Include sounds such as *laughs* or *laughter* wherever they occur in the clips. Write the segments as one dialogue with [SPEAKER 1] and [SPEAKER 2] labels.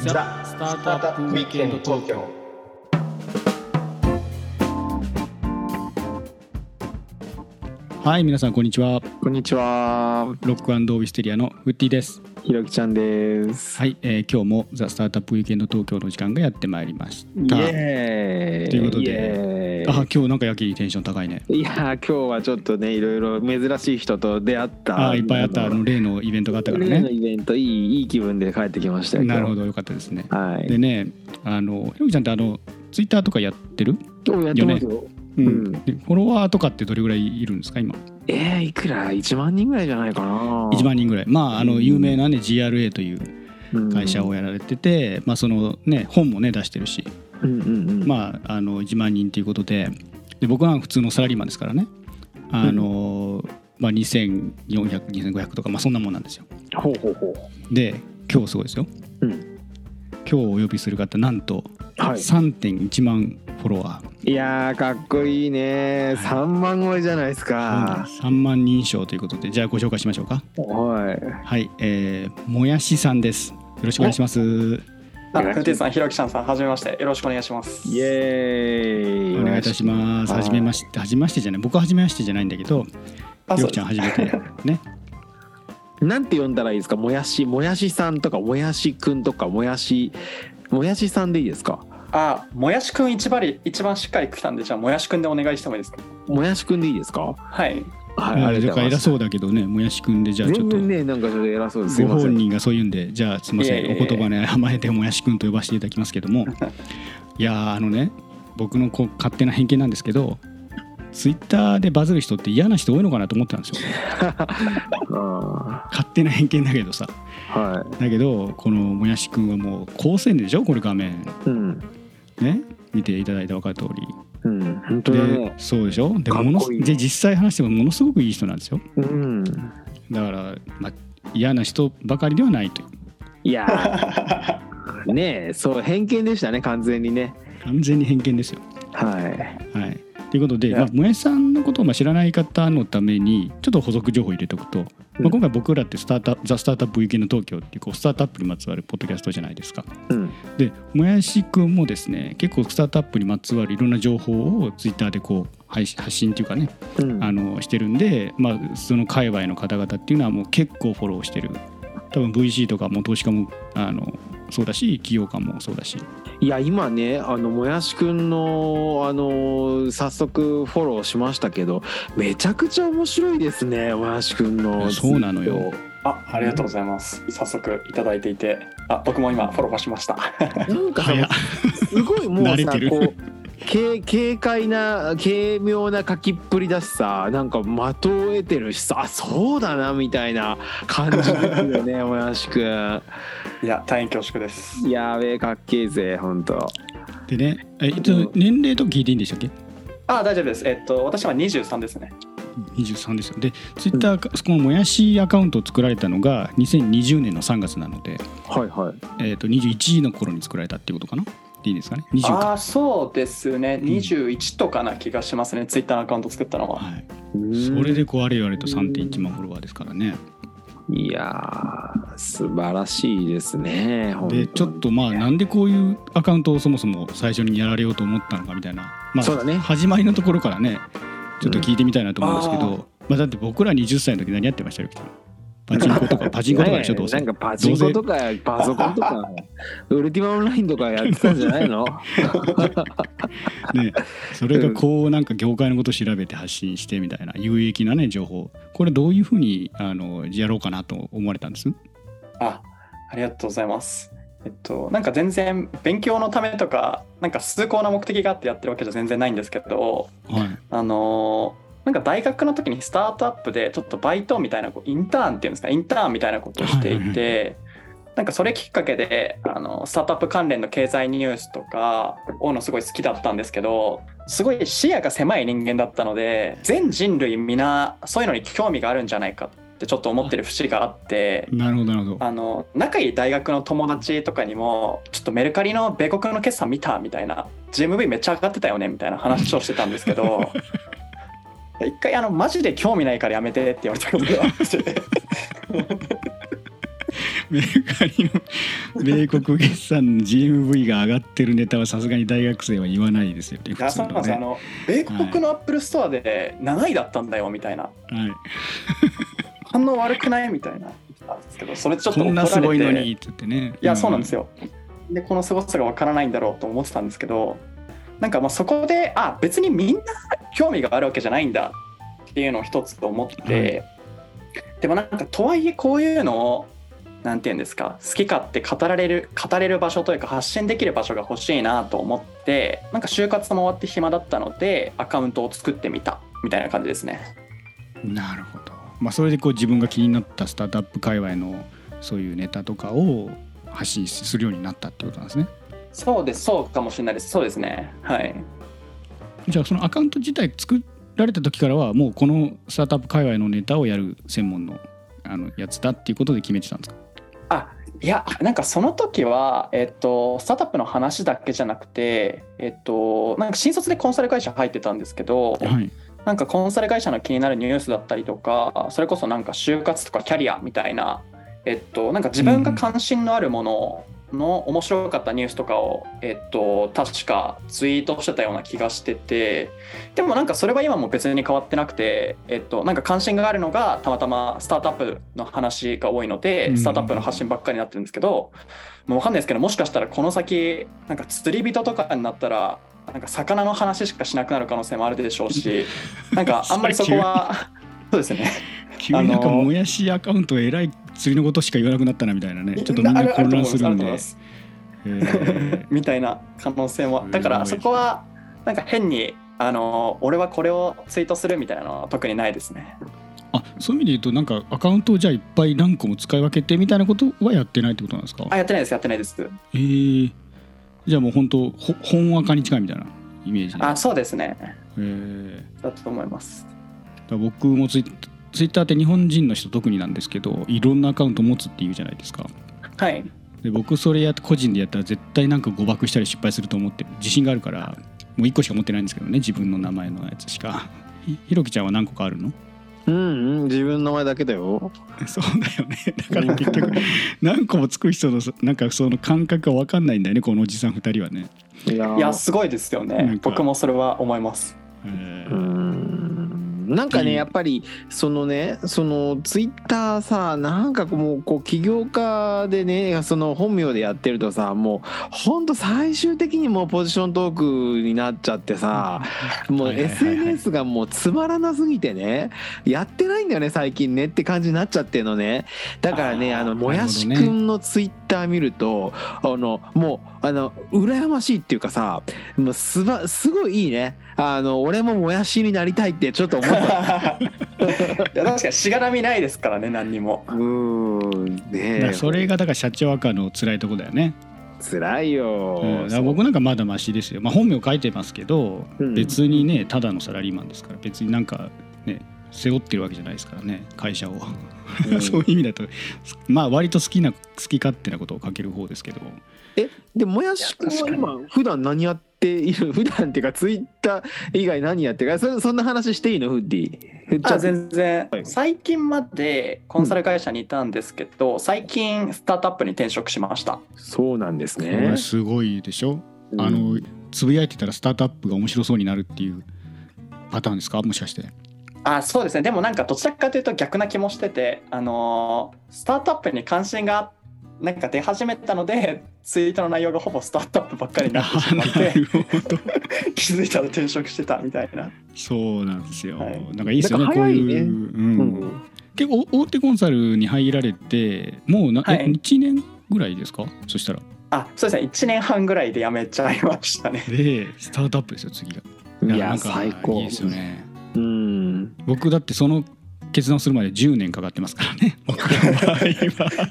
[SPEAKER 1] ザ・スタートアップウィークエンド東京
[SPEAKER 2] はい、皆さんこんにちは。
[SPEAKER 3] こんにちは、
[SPEAKER 2] ロックアンドウィステリアのウッディです。
[SPEAKER 3] ひろきちゃんです。
[SPEAKER 2] はい、えー今日もザスタートアップウィークエンド東京の時間がやってまいりまし
[SPEAKER 3] イ
[SPEAKER 2] た。
[SPEAKER 3] エーイ。
[SPEAKER 2] ということで
[SPEAKER 3] イエーイ
[SPEAKER 2] あ、今日なんかやけにテンション高いね。
[SPEAKER 3] いやー今日はちょっとねいろいろ珍しい人と出会った。
[SPEAKER 2] あー、いっぱいあったあの例のイベントがあったから
[SPEAKER 3] 例の
[SPEAKER 2] ね。
[SPEAKER 3] イベントいいいい気分で帰ってきましたよ。
[SPEAKER 2] なるほ
[SPEAKER 3] ど。
[SPEAKER 2] ど、よかったですね。
[SPEAKER 3] はい。
[SPEAKER 2] でね、あのひろきちゃんってあのツイッターとかやってる？
[SPEAKER 3] 今日やってますよ。
[SPEAKER 2] うんでフォロワーとかってどれぐらいいるんですか今？
[SPEAKER 3] えー、いくら1万人ぐらいじゃないかな。
[SPEAKER 2] 1万人ぐらい。まああの有名なね GRA という
[SPEAKER 3] 人
[SPEAKER 2] 会社を。やられてて、まあそのね本もね出してるし、
[SPEAKER 3] うんうんうん。
[SPEAKER 2] まあ、あの1万人ということでで僕は普通のサラリーマンですからねあの、まあ、24002500とか、まあ、そんなもんなんですよ
[SPEAKER 3] あほうほうほ
[SPEAKER 2] で今日すごいですよ
[SPEAKER 3] う。うん。
[SPEAKER 2] 今日お呼びする方なんと
[SPEAKER 3] はい。
[SPEAKER 2] 3.1万フォロワー、
[SPEAKER 3] いやーかっこいいね。
[SPEAKER 2] はい
[SPEAKER 3] 3万超えじゃないですか。
[SPEAKER 2] 3万人以上ということでじゃあご紹介しましょうか
[SPEAKER 3] はい。
[SPEAKER 2] はい、えー、もやしさんですよろしくお願いします
[SPEAKER 4] あ、ふてさん、ひろきちゃんさん、はじめまして。よろしくお願いします。
[SPEAKER 3] イエーイ。
[SPEAKER 2] お願いいたします
[SPEAKER 3] はい
[SPEAKER 2] はじめましてはじめましてじゃない僕ははじめましてじゃないんだけどり
[SPEAKER 4] あ
[SPEAKER 2] ょ
[SPEAKER 4] そうう
[SPEAKER 2] きちゃん初めてね
[SPEAKER 3] なんて呼んだらいいですかもやしもやしさんとかもやしくんとかもやしもやしさんでいいですか
[SPEAKER 4] あ、もやしくん一番り一番しっかり来たんで、じゃあもやしくんでお願いしてもいいですか。
[SPEAKER 3] もやしくんでいいですか
[SPEAKER 4] はい。
[SPEAKER 3] *laughs* はいありがとうござい
[SPEAKER 2] 偉
[SPEAKER 3] ます
[SPEAKER 2] そうだけどねもやしくんでじゃあちょ
[SPEAKER 3] 全
[SPEAKER 2] っと
[SPEAKER 3] 然ねなんかちょっと偉そうですすい
[SPEAKER 2] ご
[SPEAKER 3] ませ
[SPEAKER 2] 本
[SPEAKER 3] ん
[SPEAKER 2] 人がそう言うんでじゃあすいません
[SPEAKER 4] いえいえいえ
[SPEAKER 2] お言葉ね甘えてもやしくんと呼ばせていただきますけど
[SPEAKER 3] *laughs*
[SPEAKER 2] もいやーあのね僕のこう勝手な偏見なんですけどツイッターでバズる人って嫌な人多いのかなと思ってたんですよ
[SPEAKER 3] あ
[SPEAKER 2] 勝手な偏見だけどさ
[SPEAKER 3] ーは
[SPEAKER 2] だけどこのもやしくんはもう高専でしょこれ画面
[SPEAKER 3] いうん
[SPEAKER 2] ね見ていただいたら分かる通り
[SPEAKER 3] うん本当だ
[SPEAKER 2] で
[SPEAKER 3] ね
[SPEAKER 2] そうでしょで
[SPEAKER 3] かっこいい
[SPEAKER 2] ものすで実際話してもものすごくいい人なんですよ
[SPEAKER 3] うん
[SPEAKER 2] だから、まあ、嫌な人ばかりではないという
[SPEAKER 3] いや
[SPEAKER 2] *laughs*
[SPEAKER 3] ーねえそう偏見でしたね完全にね
[SPEAKER 2] 完全に偏見ですよ
[SPEAKER 3] はい
[SPEAKER 2] はい。ということで、
[SPEAKER 4] いや
[SPEAKER 2] まあ、もやしさんのことをまあ知らない方のためにちょっと補足情報を入れておくと、まあ、今回僕らってスタートアップ「ザ・スタートアップ・ウィークエンド東京」っていうこうスタートアップにまつわるポッドキャストじゃないですか。
[SPEAKER 3] うん
[SPEAKER 2] でもやしくんもですね結構スタートアップにまつわるいろんな情報をツイッターでこう配信発信っていうかね
[SPEAKER 3] うん
[SPEAKER 2] あのしてるんで、まあ、その界隈の方々っていうのはもう結構フォローしてる多分 VC とかも投資家もあのそうだし企業家もそうだし
[SPEAKER 3] いや今ねあのもやしくんのあの早速フォローしましたけどめちゃくちゃ面白いですねもやしくん
[SPEAKER 2] いや
[SPEAKER 3] の
[SPEAKER 2] そうなのよ
[SPEAKER 4] あ、ありがとうございます。早速いただいていて、あ、僕も今フォローしました。
[SPEAKER 3] なんかさ
[SPEAKER 2] 早っ
[SPEAKER 3] すごいも
[SPEAKER 2] 慣
[SPEAKER 3] う
[SPEAKER 2] れ
[SPEAKER 3] さ
[SPEAKER 2] てる
[SPEAKER 3] こう軽軽快な軽妙な書きっぷりだしさなんか的を得てるしさあそうだなみたいな感じですよ
[SPEAKER 2] *laughs*
[SPEAKER 3] ねもやしくん
[SPEAKER 4] *laughs* いや、大変恐縮です。
[SPEAKER 3] やべえかっけえぜほんと
[SPEAKER 2] でねえ一応年齢とか聞いていいんでしたっけ
[SPEAKER 4] あ、大丈夫です。えっと、私は二十三ですね。
[SPEAKER 2] 23ですよでツイッター、このもやしアカウントを作られたのが2020年の3月なので、
[SPEAKER 3] はいはい
[SPEAKER 2] えー、と21の頃に作られたっていうことかなでいいですかね20か、
[SPEAKER 4] あ、そうですね。二十一とかな気がしますね。ツイッターのアカウント作ったのは。
[SPEAKER 2] はい、そ
[SPEAKER 3] そ
[SPEAKER 2] れでこうあれよあれと3.1万フォロワーですからね
[SPEAKER 3] いやー素晴らしいですねほん
[SPEAKER 2] でちょっとまあなんでこういうアカウントをそもそも最初にやられようと思ったのかみたいな、まあ、
[SPEAKER 3] そうだね
[SPEAKER 2] 始まりのところからねちょっと聞いてみたいなと思うんですけど、
[SPEAKER 4] うん
[SPEAKER 2] まあ、だって僕ら20歳の時何やってましたよパチン
[SPEAKER 3] *laughs*
[SPEAKER 2] コとかパチンコとかでしょどうせ
[SPEAKER 3] なんかパチンコとかパソコンとかウルティマオンラインとかやってたんじゃないの
[SPEAKER 2] ね、それがこうなんか業界のことを調べて発信してみたいな有益なね情報これどういうふうにあのやろうかなと思われたんです
[SPEAKER 4] あ、ありがとうございます。えっと、なんか全然勉強のためとか、なんか崇高な目的があってやってるわけじゃ全然ないんですけど、
[SPEAKER 2] はい
[SPEAKER 4] あのーなんか大学の時にスタートアップでちょっとバイトみたいなこうインターンっていうんですかインターンみたいなことをしていて、なんかそれきっかけであのスタートアップ関連の経済ニュースとかをのすごい好きだったんですけどすごい視野が狭い人間だったので全人類皆そういうのに興味があるんじゃないかってちょっと思ってる節があって。
[SPEAKER 2] なるほどなるほど *laughs*
[SPEAKER 4] あの仲いい大学の友達とかにもちょっとメルカリの米国の決算見たみたいな GMV めっちゃ上がってたよねみたいな話をしてたんですけ
[SPEAKER 2] *laughs*
[SPEAKER 4] ど一回あのマジで興味ないからやめてって言われたことがあって
[SPEAKER 2] メルカリの米国決算の GMV が上がってるネタはさすがに大学生は言わないですよね。
[SPEAKER 4] いやそうなんですよあ
[SPEAKER 2] ね。
[SPEAKER 4] の米国のアップルストアで7位だったんだよみたいな
[SPEAKER 2] はい、
[SPEAKER 4] 反応悪くないみたいな言ってたんですけどそれちょっと
[SPEAKER 2] こ
[SPEAKER 4] 怒
[SPEAKER 2] んな
[SPEAKER 4] られて
[SPEAKER 2] すごいのにって言ってね。
[SPEAKER 4] いやそうなんです
[SPEAKER 2] よ。
[SPEAKER 4] よでこのすごさがわからないんだろうと思ってたんですけどなんかまあそこであ別にみんな興味があるわけじゃないんだっていうのを一つと思って、でもなんかとはいえこういうのをなんて言うんですか好き勝手語られる語れる場所というか発信できる場所が欲しいなと思ってなんか就活も終わって暇だったのでアカウントを作ってみたみたいな感じですね。
[SPEAKER 2] なるほど。まあ、それでこう自分が気になったスタートアップ界隈のそういうネタとかを発信するようになったってことなんですね。
[SPEAKER 4] そうですそうかもしれないですそうですねはい
[SPEAKER 2] じゃあそのアカウント自体作られた時からはもうこのスタートアップ界隈のネタをやる専門のあのやつだっていうことで決めてたんですか
[SPEAKER 4] いやなんかその時は、えっと、スタートアップの話だけじゃなくて、えっと、なんか新卒でコンサル会社入ってたんですけど
[SPEAKER 2] はい。
[SPEAKER 4] なんかコンサル会社の気になるニュースだったりとかそれこそなんか就活とかキャリアみたいな、えっと、なんか自分が関心のあるものの面白かったニュースとかを、えっと、確かツイートしてたような気がしててでもなんかそれは今も別に変わってなくて、えっと、なんか関心があるのがたまたまスタートアップの話が多いの
[SPEAKER 2] う
[SPEAKER 4] で
[SPEAKER 2] ん
[SPEAKER 4] スタートアップの発信ばっかりになってるんですけどもう分かんないですけどもしかしたらこの先なんか釣り人とかになったらなんか魚の話しかしなくなる可能性もあるでしょうし
[SPEAKER 2] *laughs*
[SPEAKER 4] なんかあんまりそこはそうですね
[SPEAKER 2] 急になんかもやしアカウントえらい釣りのことしか言わなくなったなみたいなねちょっとみん
[SPEAKER 4] あ
[SPEAKER 2] な
[SPEAKER 4] るあ
[SPEAKER 2] 混
[SPEAKER 4] ると
[SPEAKER 2] 乱
[SPEAKER 4] 思いますす
[SPEAKER 2] る
[SPEAKER 4] あ
[SPEAKER 2] ん
[SPEAKER 4] ると
[SPEAKER 2] で
[SPEAKER 4] 思いま。す
[SPEAKER 2] え
[SPEAKER 4] みたいな可能性もだからそこはなんか変にあの俺はこれをツイートするみたいなのは特にないですね
[SPEAKER 2] ーあそういう意味で言うとなんかアカウントをじゃあいっぱい何個も使い分けてみたいなことはやってないってことなんですか
[SPEAKER 4] あやってないですやってないです
[SPEAKER 2] えー、じゃあもう本当ほ本垢に近いみたいなイメージで
[SPEAKER 4] あそうですね
[SPEAKER 2] えー
[SPEAKER 4] だと思います
[SPEAKER 2] だから僕もツイツイッターって日本人の人特になんですけどいろんなアカウント持つっていうじゃないですか
[SPEAKER 4] はい
[SPEAKER 2] で僕それやって個人でやったら絶対なんか誤爆したり失敗すると思って自信があるからもう1個しか持ってないんですけどね自分の名前のやつしかひひろきちゃんは何個かあるの
[SPEAKER 3] うんうん自分の名前だけだよ
[SPEAKER 2] *laughs* そうだよねだから *laughs* 結局何個もつく人のなんかその感覚が分かんないんだよねこのおじさん2人はね、
[SPEAKER 3] いやー
[SPEAKER 4] いやすごいですよ
[SPEAKER 2] な
[SPEAKER 4] ね
[SPEAKER 2] んか
[SPEAKER 4] 僕もそれは思います *laughs*
[SPEAKER 2] えー
[SPEAKER 3] うんなんかねやっぱりそのねそのツイッターさなんかもうこう起業家でねその本名でやってるとさもうほんと最終的にもうポジショントークになっちゃってさもう
[SPEAKER 2] はいはいはいはい
[SPEAKER 3] SNS がもうつまらなすぎてねやってないんだよね最近ねって感じになっちゃってるのねだからね
[SPEAKER 4] あー
[SPEAKER 3] あ
[SPEAKER 4] な
[SPEAKER 3] の
[SPEAKER 2] ほど
[SPEAKER 4] る
[SPEAKER 3] も
[SPEAKER 2] ね
[SPEAKER 3] やしくんのツイッター見るとあのもうあの羨ましいっていうかさもうすばすごいいいねあの俺ももやしになりたいってちょっと思っ
[SPEAKER 2] *laughs*
[SPEAKER 4] い
[SPEAKER 3] た
[SPEAKER 4] や確かにしがらみないですからね何にも
[SPEAKER 3] うーん
[SPEAKER 2] だか
[SPEAKER 3] ねえ
[SPEAKER 2] らそれがだから社長赤の辛いとこだよね
[SPEAKER 3] 辛いよ、
[SPEAKER 2] うんだから僕なんかまだマシですよ、まあ、本名書いてますけど、
[SPEAKER 3] うん
[SPEAKER 2] 別にねただのサラリーマンですから別になんかね背負ってるわけじゃないですからね会社を、
[SPEAKER 3] うん
[SPEAKER 2] *laughs* そういう意味だとまあ割と好きな好き勝手なことを書ける方ですけど
[SPEAKER 3] えでもやしくんは今普段何やっている *laughs* 普段っていうかツイッター以外何やってるかそれそんな話していいのフッディ
[SPEAKER 4] あ全然
[SPEAKER 3] はい
[SPEAKER 4] 最近までコンサル会社にいたんですけど、最近スタートアップに転職しました
[SPEAKER 3] そうなんです
[SPEAKER 2] これ
[SPEAKER 3] ね
[SPEAKER 2] すごいでしょ、
[SPEAKER 3] うん
[SPEAKER 2] あのつぶやいてたらスタートアップが面白そうになるっていうパターンですかもしかして
[SPEAKER 4] あそうですねでもなんかどちらかというと逆な気もしてて、あのースタートアップに関心がなんか出始めたのでツイートの内容がほぼスタートアップばっかりになってしま *laughs* っ
[SPEAKER 2] な
[SPEAKER 4] て
[SPEAKER 2] るほど
[SPEAKER 4] 気づいたら転職してたみたいな。
[SPEAKER 2] そうなんですよ、
[SPEAKER 4] はい
[SPEAKER 2] なんかいいですよね
[SPEAKER 3] なんか
[SPEAKER 2] こう
[SPEAKER 3] 早い
[SPEAKER 2] い
[SPEAKER 3] ね
[SPEAKER 2] う、
[SPEAKER 3] う
[SPEAKER 2] うん、
[SPEAKER 3] ん
[SPEAKER 2] 結構大手コンサルに入られてもうな、
[SPEAKER 4] はい
[SPEAKER 2] 1年ぐらいですかそしたら
[SPEAKER 4] あそうですね1年半ぐらいで辞めちゃいましたね。
[SPEAKER 2] でスタートアップですよ次が
[SPEAKER 3] い
[SPEAKER 2] な
[SPEAKER 3] や
[SPEAKER 2] んか
[SPEAKER 3] 最高
[SPEAKER 2] いいですよね
[SPEAKER 3] うん
[SPEAKER 2] 僕だってその決断をするまで10年かかってますからね *laughs* 僕の場合は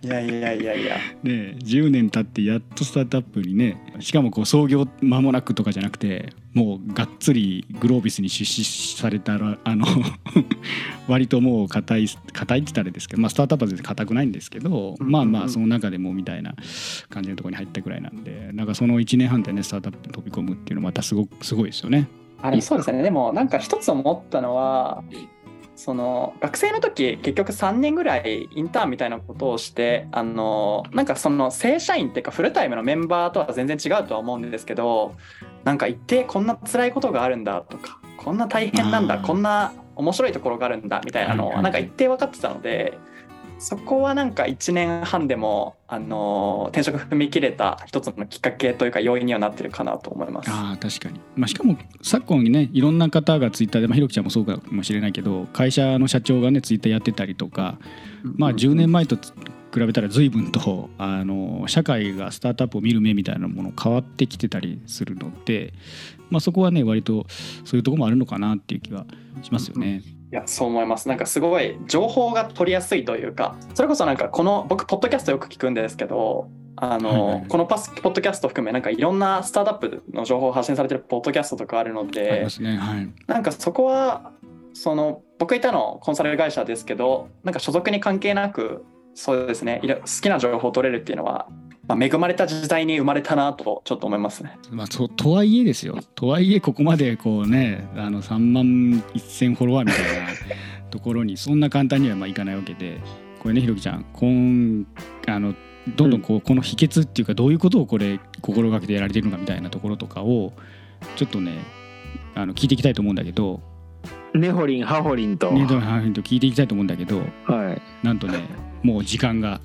[SPEAKER 4] いやいやいやいや。
[SPEAKER 2] *laughs* ね10年経ってやっとスタートアップにねしかもこう創業間もなくとかじゃなくてもうがっつりグロービスに出資されたらあの *laughs* 割ともう硬い硬いって言ったらあれですけど、まあ、スタートアップは全然硬くないんですけど、
[SPEAKER 4] うん
[SPEAKER 2] まあまあその中でもみたいな感じのところに入ったぐらいなんでなんかその1年半でねスタートアップに飛び込むっていうのはまたすごくすごいですよね。
[SPEAKER 4] あれそうですねでもなんか一つ思ったのはその学生の時結局3年ぐらいインターンみたいなことをしてあのなんかその正社員っていうかフルタイムのメンバーとは全然違うとは思うんですけどなんか一定こんな辛いことがあるんだとかこんな大変なんだ
[SPEAKER 2] あー
[SPEAKER 4] こんな面白いところがあるんだみたいなの
[SPEAKER 2] はい
[SPEAKER 4] を
[SPEAKER 2] はい
[SPEAKER 4] なんか一定分かってたのでそこはなんか1年半でもあの転職踏み切れた一つのきっかけというか要因にはなってるかなと思います。
[SPEAKER 2] ああ確かに、まあ、しかも昨今ねいろんな方がツイッターで、まあ、ひろきちゃんもそうかもしれないけど会社の社長がねツイッターやってたりとか、まあ、10年前とつ比べたら随分とあの社会がスタートアップを見る目みたいなもの変わってきてたりするので、まあ、そこはね割とそういうところもあるのかなっていう気はしますよね。
[SPEAKER 4] いやそう思いますなんかすごい情報が取りやすいというかそれこそなんかこの僕ポッドキャストよく聞くんですけどあの、
[SPEAKER 2] はいはい
[SPEAKER 4] このパスポッドキャスト含めなんかいろんなスタートアップの情報を発信されてるポッドキャストとかあるの
[SPEAKER 2] あり
[SPEAKER 4] で
[SPEAKER 2] ますねはい、
[SPEAKER 4] なんかそこはその僕いたのコンサル会社ですけどなんか所属に関係なくそうですねいろ好きな情報を取れるっていうのは、まあ、恵まれた時代に生まれたなとちょっと思いますね。
[SPEAKER 2] まあ、ととはいえですよとはいえここまでこうねあの3万1,000フォロワーみたいなところにそんな簡単にはまあいかないわけでこれねひろきちゃんこんあのどんどんこうこの秘訣っていうかどういうことをこれ心がけてやられてるのかみたいなところとかをちょっとねあの聞いていきたいと思うんだけど、
[SPEAKER 3] 根掘りん葉掘りんと、
[SPEAKER 2] ね、どうはいと聞いていきたいと思うんだけど
[SPEAKER 3] はい
[SPEAKER 2] なんとねもう時間が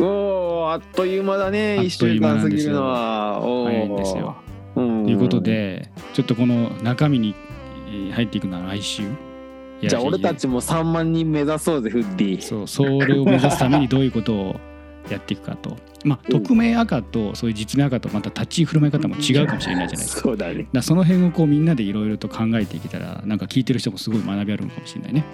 [SPEAKER 3] おーあっという間だね
[SPEAKER 2] あっ
[SPEAKER 3] 1
[SPEAKER 2] とい
[SPEAKER 3] 週
[SPEAKER 2] う間
[SPEAKER 3] 間
[SPEAKER 2] なん
[SPEAKER 3] 過
[SPEAKER 2] で
[SPEAKER 3] ぎ
[SPEAKER 2] す
[SPEAKER 3] る
[SPEAKER 2] よ
[SPEAKER 3] のはおー
[SPEAKER 2] 早いんですよ。
[SPEAKER 3] うん
[SPEAKER 2] ということでちょっとこの中身にえー入っていくのは来週。
[SPEAKER 3] じゃあ俺た
[SPEAKER 2] ち
[SPEAKER 3] ちも3万人目指そうぜフッディ
[SPEAKER 2] そうそれを目指すためにどういうことをやっていくかと、まあ、匿名赤とそういう実名赤とまた立ち居振る舞い方も違うかもしれないじゃないですか。
[SPEAKER 3] そうだね
[SPEAKER 2] だからその辺をこうみんなでいろいろと考えていけたらなんか聞いてる人もすごい学びあるのかもしれないね。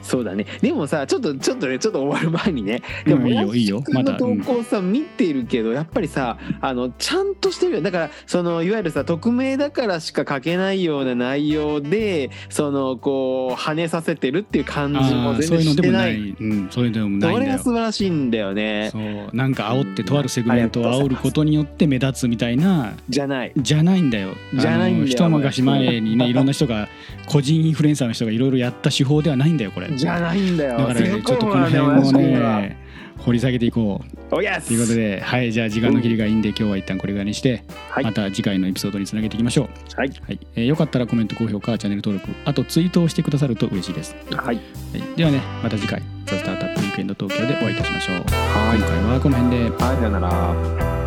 [SPEAKER 3] そうだねでもさちょっとちょっとねちょっと終わる前にねで
[SPEAKER 2] う
[SPEAKER 3] も
[SPEAKER 2] んいいよいいよま
[SPEAKER 3] ま
[SPEAKER 2] だ
[SPEAKER 3] だ投稿さ見てるけどやっぱりさあのちゃんとしてるよだからそのいわゆるさ匿名だからしか書けないような内容でそのこう跳ねさせてるっていう感じも
[SPEAKER 2] ああ
[SPEAKER 3] 全
[SPEAKER 2] そうい
[SPEAKER 3] 然
[SPEAKER 2] うの
[SPEAKER 3] し
[SPEAKER 2] で
[SPEAKER 3] て
[SPEAKER 2] も
[SPEAKER 3] な
[SPEAKER 2] ない
[SPEAKER 3] い。
[SPEAKER 2] うん、そういうのでもない
[SPEAKER 3] そ
[SPEAKER 2] ん
[SPEAKER 3] れ
[SPEAKER 2] だ
[SPEAKER 3] が
[SPEAKER 2] よ。
[SPEAKER 3] 素晴らしいんだよね
[SPEAKER 2] そうなんか煽ってとあるセグメントを煽ることによって目立つみたいな
[SPEAKER 3] じゃない
[SPEAKER 2] じゃないんだよ。
[SPEAKER 3] じゃないんだ
[SPEAKER 2] あ
[SPEAKER 3] よ
[SPEAKER 2] の一昔前にねいろんな人が個人インフルエンサーの人がいろいろやった手法ではないんだよこれ。
[SPEAKER 3] じゃないんだよ
[SPEAKER 2] だから、ね、ちょっとこの辺をね掘り下げていこう
[SPEAKER 3] おや
[SPEAKER 2] ということではいじゃあ時間の切りがいいんで、今日は一旦これぐらいにして、
[SPEAKER 3] はい
[SPEAKER 2] また次回のエピソードにつなげていきましょう、
[SPEAKER 3] はい
[SPEAKER 2] はいえーよかったらコメント高評価チャンネル登録あとツイートをしてくださると嬉しいです、は
[SPEAKER 3] はい
[SPEAKER 2] い、ではねまた次回「ザ・スタートアップ・ウィークエンド東京」でお会いいたしましょう、
[SPEAKER 3] はい
[SPEAKER 2] 今回はこの辺で
[SPEAKER 3] はいさよなら